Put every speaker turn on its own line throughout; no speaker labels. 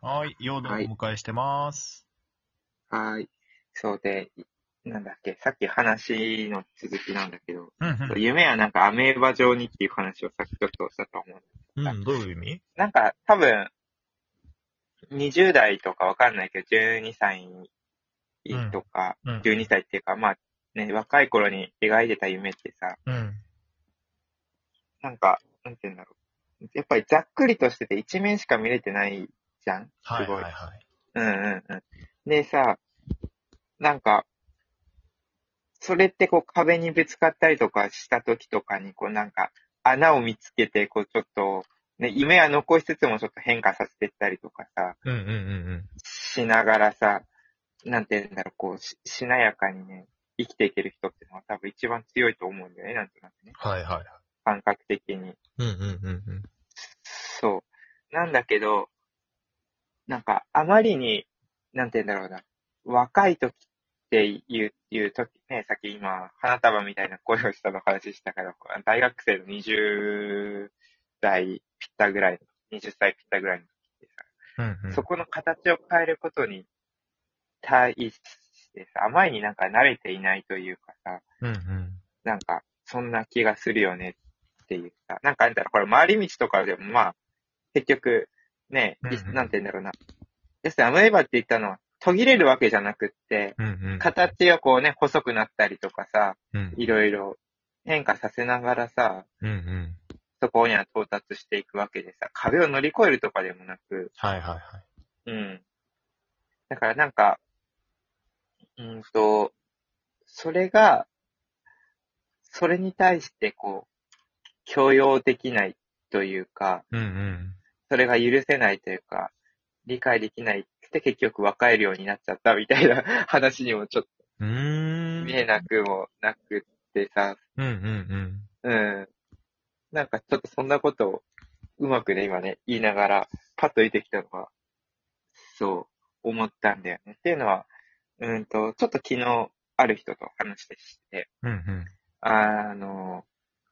はい、陽動をお迎えしてます。
はーい。そうで、いなんだっけ、さっき話の続きなんだけど、
うんうん
夢はなんかアメーバ状にっていう話をさっきちょっとしたと思う。
うん、どういう意味
なんか多分、20代とかわかんないけど、12歳とか、
うん。
12歳っていうか、まあね、若い頃に描いてた夢ってさ、
うん。
なんか、なんて言うんだろう。やっぱりざっくりとしてて一面しか見れてないじゃん
はい
すご
はいいはい。
うんうんうん。でさ、なんか、それってこう壁にぶつかったりとかした時とかに、こうなんか穴を見つけて、こうちょっと、ね、夢は残しつつもちょっと変化させてったりとかさ、
うんうんうん
しながらさ、なんて言うんだろう、こうし、しなやかにね、生きていける人ってのは多分一番強いと思うんだよね、なんとなくね。
うん。はいはい。
感覚的に。
うんうんうんうん。
そう。なんだけど、なんか、あまりに、なんて言うんだろうな、若い時っていう、いう時ね、さっき今、花束みたいな声をしたの話したけど、大学生の20代ぴったぐらいの、20歳ぴったぐらいの時って
うんう
さ、
ん。
そこの形を変えることに対してさ、あまりになんか慣れていないというかさ、
うんうん。
なんか、そんな気がするよねっていうさ、なんかあんたら、これ回り道とかでもまあ、結局、ね、い
うんうん
なんて言うんだろうな。要するにアムエバって言ったのは、途切れるわけじゃなくって、
うんうん。
形をこうね、細くなったりとかさ、
うん
いろいろ変化させながらさ、
うんうん。
そこには到達していくわけでさ、壁を乗り越えるとかでもなく、
はいはいはい。
うん。だからなんか、うんと、それが、それに対してこう、許容できないというか、
うんうん。
それが許せないというか、理解できないって結局若えるようになっちゃったみたいな話にもちょっ
うーん。
と見えなくもなくってさ、
うんうん
うん。なんかちょっとそんなことをうまくね、今ね、言いながら、パッと出てきたのが、そう、思ったんだよね。っていうのは、うんと、ちょっと昨日、ある人と話してして、
うん。うんうん。
あの、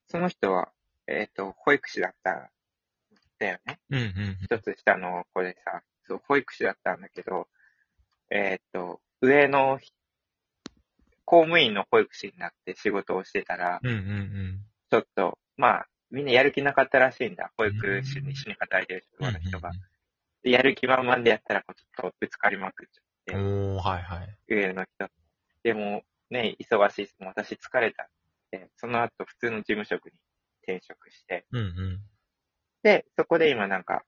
その人は、えっ、と、保育士だったんだよね。
うんうん。
一つ下の子でさ、そう、保育士だったんだけど、えっ、と、上のひ、公務員の保育士になって仕事をしてたら、
うんうんうん。
ちょっと、まあ、みんなやる気なかったらしいんだ。保育士に一緒に働いてる職場の人が。でやる気満々でやったら、こうちょっとぶつかりまくっち
うんうん。おー、はいはい。
ゃう。上の人。でも、ね、忙しいし、もう私疲れたって、その後普通の事務職に転職して、
うんうん。
で、そこで今なんか、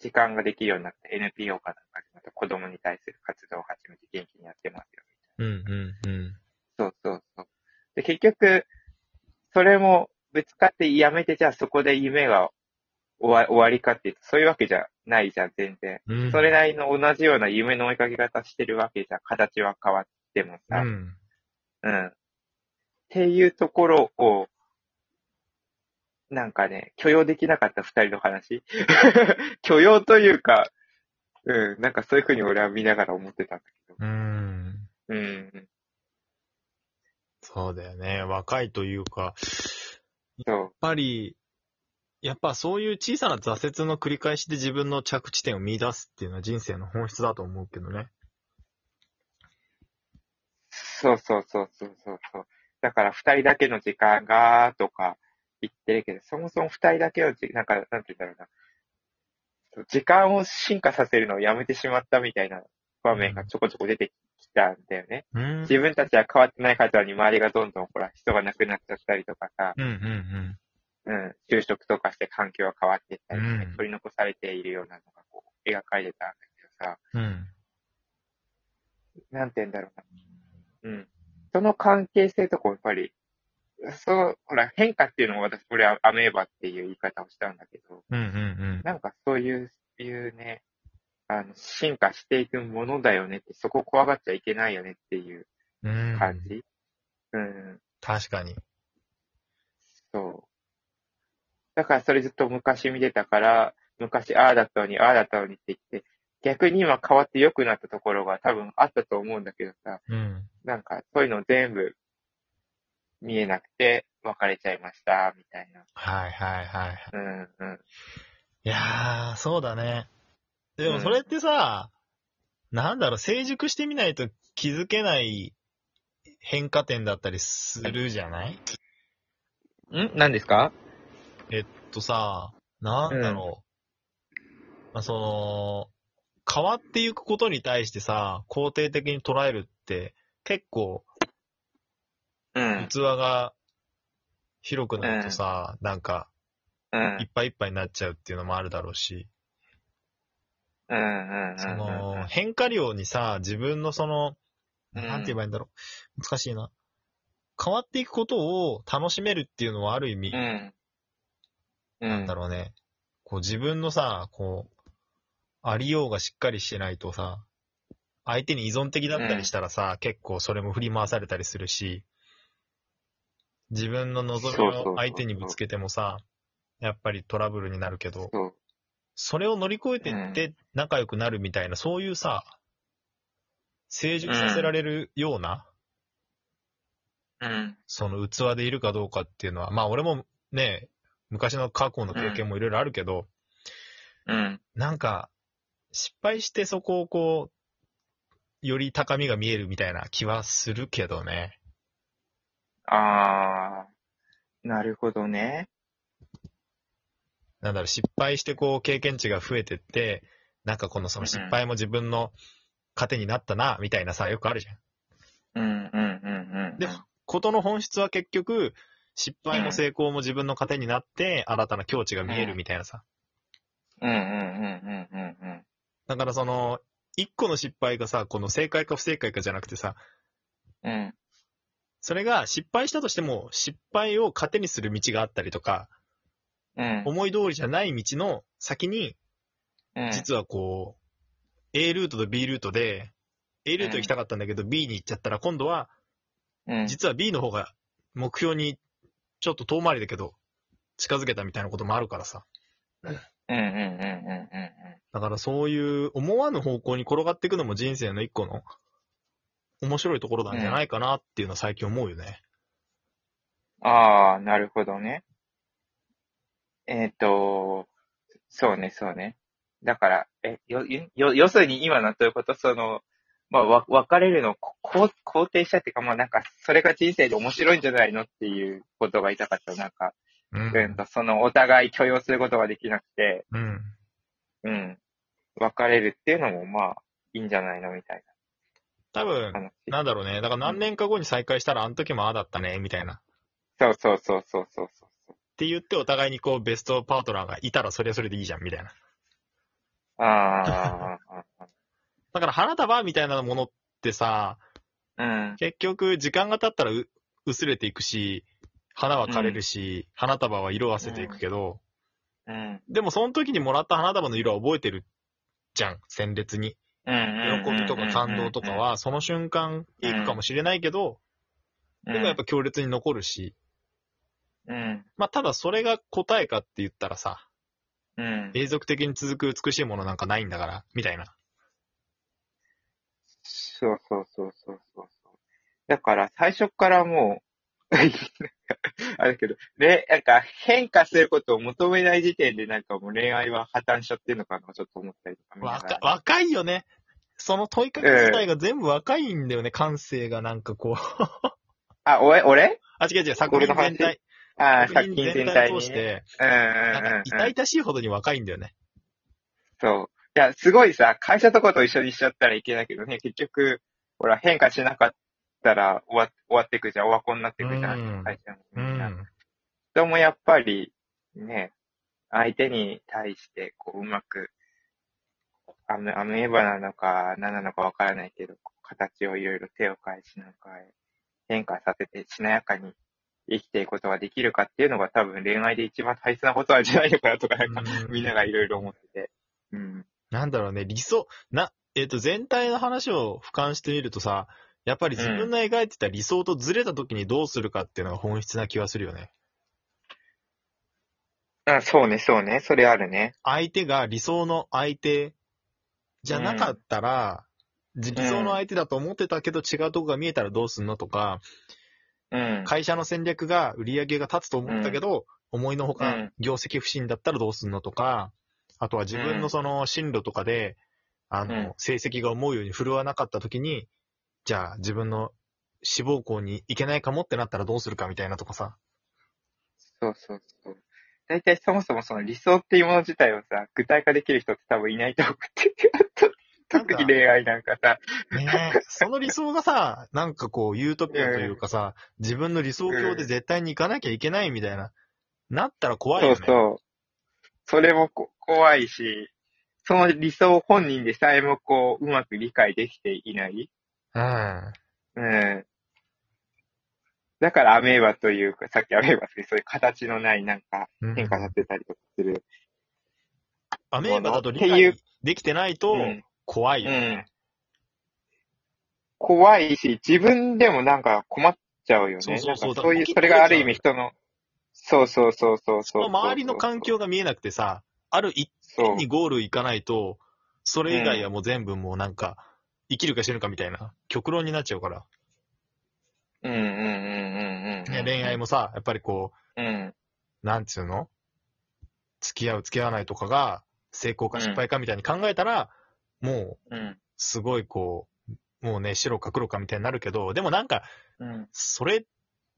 時間ができるようになって NPO かなんかにまた子供に対する活動を始めて元気にやってますよ。
うんうんうん。
そうそうそう。で、結局、それもぶつかってやめて、じゃあそこで夢が終わ終わりかっていうと、そういうわけじゃないじゃん、全然。
うん
それなりの同じような夢の追いかけ方してるわけじゃん、形は変わっても
う
さ。
ん。
うん。っていうところを、なんかね、許容できなかった二人の話。 許容というか、うん、なんかそういうふうに俺は見ながら思ってたんだけど。
うん。
うん、
そうだよね。若いというか、
そう。
やっぱり、やっぱそういう小さな挫折の繰り返しで自分の着地点を見出すっていうのは人生の本質だと思うけどね。
そうそうそうそうそうそう。だから二人だけの時間が、とか言ってるけど、そもそも二人だけのじ、なんか、なんて言うんだろうな。時間を進化させるのをやめてしまったみたいな場面がちょこちょこ出てきたんだよね。
うん。うん
自分たちは変わってない方に周りがどんどんほら人が亡くなっちゃったりとかさ、
うん
うん、就職とかして環境が変わっていったりとか、
うん
取り残されているようなのがこう描かれてたんだけどさ、
うん。うん。
なんて言うんだろうな。うん。その関係性とかやっぱり、その、ほら、変化っていうのも私、俺はアメーバっていう言い方をしたんだけど、
うんうん
なんかそういう、いうね、あの、進化していくものだよねって、そこ怖がっちゃいけないよねっていう
うん。うん。
感じ。うん、
確かに。
そう。だからそれずっと昔見てたから、昔ああだったのに、ああだったのにって言って、逆に今変わって良くなったところが多分あったと思うんだけどさ、
うん。
なんか、そういうの全部見えなくて、別れちゃいました、みたいな。
はいはいはい。
うん、うん。
いやー、そうだね。でもそれってさ、なんだろう、成熟してみないと気づけない変化点だったりするじゃない
ん何ですか
とさ、なんだろう。まあ、その、変わっていくことに対してさ、肯定的に捉えるって、結構、
うん。
器が広くなるとさ、なんか、
うん。うん
いっぱいいっぱいになっちゃうっていうのもあるだろうし、
うんうんうん。
その、変化量にさ、自分のその、なんて言えばいいんだろう。難しいな。変わっていくことを楽しめるっていうのはある意味、
うん。うん。
なんだろうね。こう自分のさ、こう、ありようがしっかりしてないとさ、相手に依存的だったりしたらさ、結構それも振り回されたりするし、自分の望み
そうそうそうそ
を
う
相手にぶつけてもさ、やっぱりトラブルになるけど、
そう。
それを乗り越えてって仲良くなるみたいな、そういうさ、成熟させられるような、
うん。
その器でいるかどうかっていうのは、まあ俺もね、昔の過去の経験もいろいろあるけど、
うん。
なんか、失敗してそこをこう、より高みが見えるみたいな気はするけどね。
あー。なるほどね。
なんだろう、失敗してこう、経験値が増えてって、なんかこのその失敗も自分の糧になったな、みたいなさ、よくあるじゃん。
うんうんうんうん。
でことの本質は結局、失敗も成功も自分の糧になって、新たな境地が見えるみたいなさ。
うんうんうんうんうんうん。
だからその、一個の失敗がさ、この正解か不正解かじゃなくてさ、
うん。
それが失敗したとしても、失敗を糧にする道があったりとか、
うん。
思い通りじゃない道の先に、
うん。
実はこう、A ルートと B ルートで、A ルート行きたかったんだけど B に行っちゃったら今度は、
うん。
実は B の方が目標にちょっと遠回りだけど、近づけたみたいなこともあるからさ。
うんうんうんうんうん。
だからそういう思わぬ方向に転がっていくのも人生の一個の面白いところなんじゃないかなっていうのは最近思うよね。
ああ、なるほどね。えっ、と、そうね、そうね。だから、え、よ、よ、要するに今のということ、その、まあ、わ、別れるのをここう肯定したっていうか、まあなんか、それが人生で面白いんじゃないのっていうことが言いたかった。なんか、
う
うん
ん。
と、その、お互い許容することができなくて、
うん。
うん、別れるっていうのも、まあ、いいんじゃないのみたい
多分
な、話。
なんだろうね。だから何年か後に再会したらあの時もああだったね、みたいな。
そうそうそうそうそうそう。
って言ってお互いにこうベストパートナーがいたらそれはそれでいいじゃんみたいな。
あ
だから花束みたいなものってさ、
あ、うん、
結局時間が経ったらう薄れていくし、花は枯れるし、花束は色褪せていくけど、
うん、
でもその時にもらった花束の色は覚えてるじゃん、鮮烈に。
うん。
喜びとか感動とか、は、その瞬間いくかもしれないけど、でもやっ、ぱ強烈に残るし、
うん、
まあただそれが答えかって言ったらさ、
うん。
永続的に続く美しいものなんかないんだから、みたいな。
そうそうそうそうそうそう。だから最初からもう、 なんかあれだけど、で、なんか変化することを求めない時点でなんかもう恋愛は破綻しちゃってるのかなちょっと思ったりとか見なが
若
ら。
若いよね。その問いかけ自体が全部若いんだよね、感性がなんかこ う。
あ、俺俺
あ、違う違う、作品全体、
あー、
作
作
品
品
全
全
体
体
を
に
通し
ね。
て、
うんうん
なん
う
か
ん
痛
うん。
々しいほどに若いんだよね。
そう。いや、すごいさ、会社とかと一緒にしちゃったらいけないけどね、結局、ほら、変化しなかったら終わ終わってくじゃん、オワコンになってくじゃ
うん
ん、会社
う
もみんな。
ん。
人もやっぱり、ね、相手に対して、こう、うまく、アメアメーバなのか、何なのかわからないけど、こう形をいろいろ手を変え、品を変え、変化させて、しなやかに生きていくことができるかっていうのが多分恋愛で一番大切なことなんじゃないのかなとか、なんか、
うん
みんながいろいろ思ってて。うん。
なんだろうね、理想、な、えっ、と、全体の話を俯瞰してみるとさ、やっぱり自分の描いてた理想とずれた時にどうするかっていうのが本質な気はするよね。
あそうね、そうね。それあるね。
相手が理想の相手じゃなかったら、じ理想の相手だと思ってたけど違うとこが見えたらどうすんのとか、
うん。
会社の戦略が売り上げが立つと思ったけど、思いのほ
う
か
ん
業績不振だったらどうすんのとか、あとは自分のその進路とかで、あの、
うん
成績が思うように振るわなかった時に、じゃあ自分の志望校に行けないかもってなったらどうするかみたいなとかさ。
そうそうそう。大体そもそもその理想っていうもの自体をさ、具体化できる人って多分いないと思って。特に恋愛なんかさ、
ねえ、その理想が さ、なんかこう、ユートピアというかさ、自分の理想郷で絶対に行かなきゃいけないみたいな、なったら怖いよ
そ
ね。
うそう。それもこ怖いし、その理想本人でさえもこう、うまく理解できていない。
うん。
うん。だからアメーバというか、さっきアメーバってそういう形のないなんか
うん
変化させたりとかする。
アメーバだと理
っていう
解できてないと
うん
怖いよ
う
ね。
ん。怖いし、自分でもなんか困っちゃうよね。
そうそうそう
なんかそうい
だ
う、
から
それがある意味人の、そうそうそうそ
そ
うそう
の周りの環境が見えなくてさ、ある一
そう
点にゴール行かないと、それ以外はもう全部もうなんか、生きるか死ぬかみたいな、極論になっちゃうから。
うんうんうんうんうん。
ね恋愛
も。
もさ、やっぱりこ
うん。
う、なんつうの付き合う付き合わないとかが、成功か失敗かみたいに考えたら、もう、
うん。
すごいこう、もうね、白か黒かみたいになるけど、でもなんか、
うん。
それ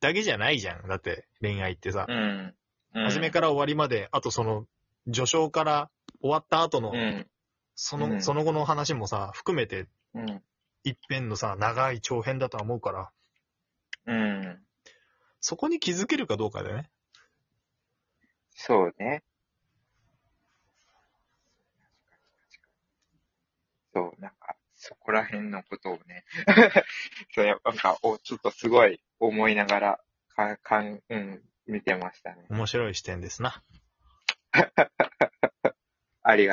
だけじゃないじゃん。だって、恋愛ってさ、
うん。
初めから終わりまで、あとその、序章から終わった後の
う、ん。
そうの、
ん
その後の話もさ、含めて、
うん。
一遍のさ、長い長編だとは思うから、
うん。
そこに気づけるかどうかだよね。
そうね。そう、なんか、そこら辺のことをね、そう、やっぱなんか、お、ちょっとすごい思いながら、かん、かん、うん、見てましたね。
面白い視点ですな。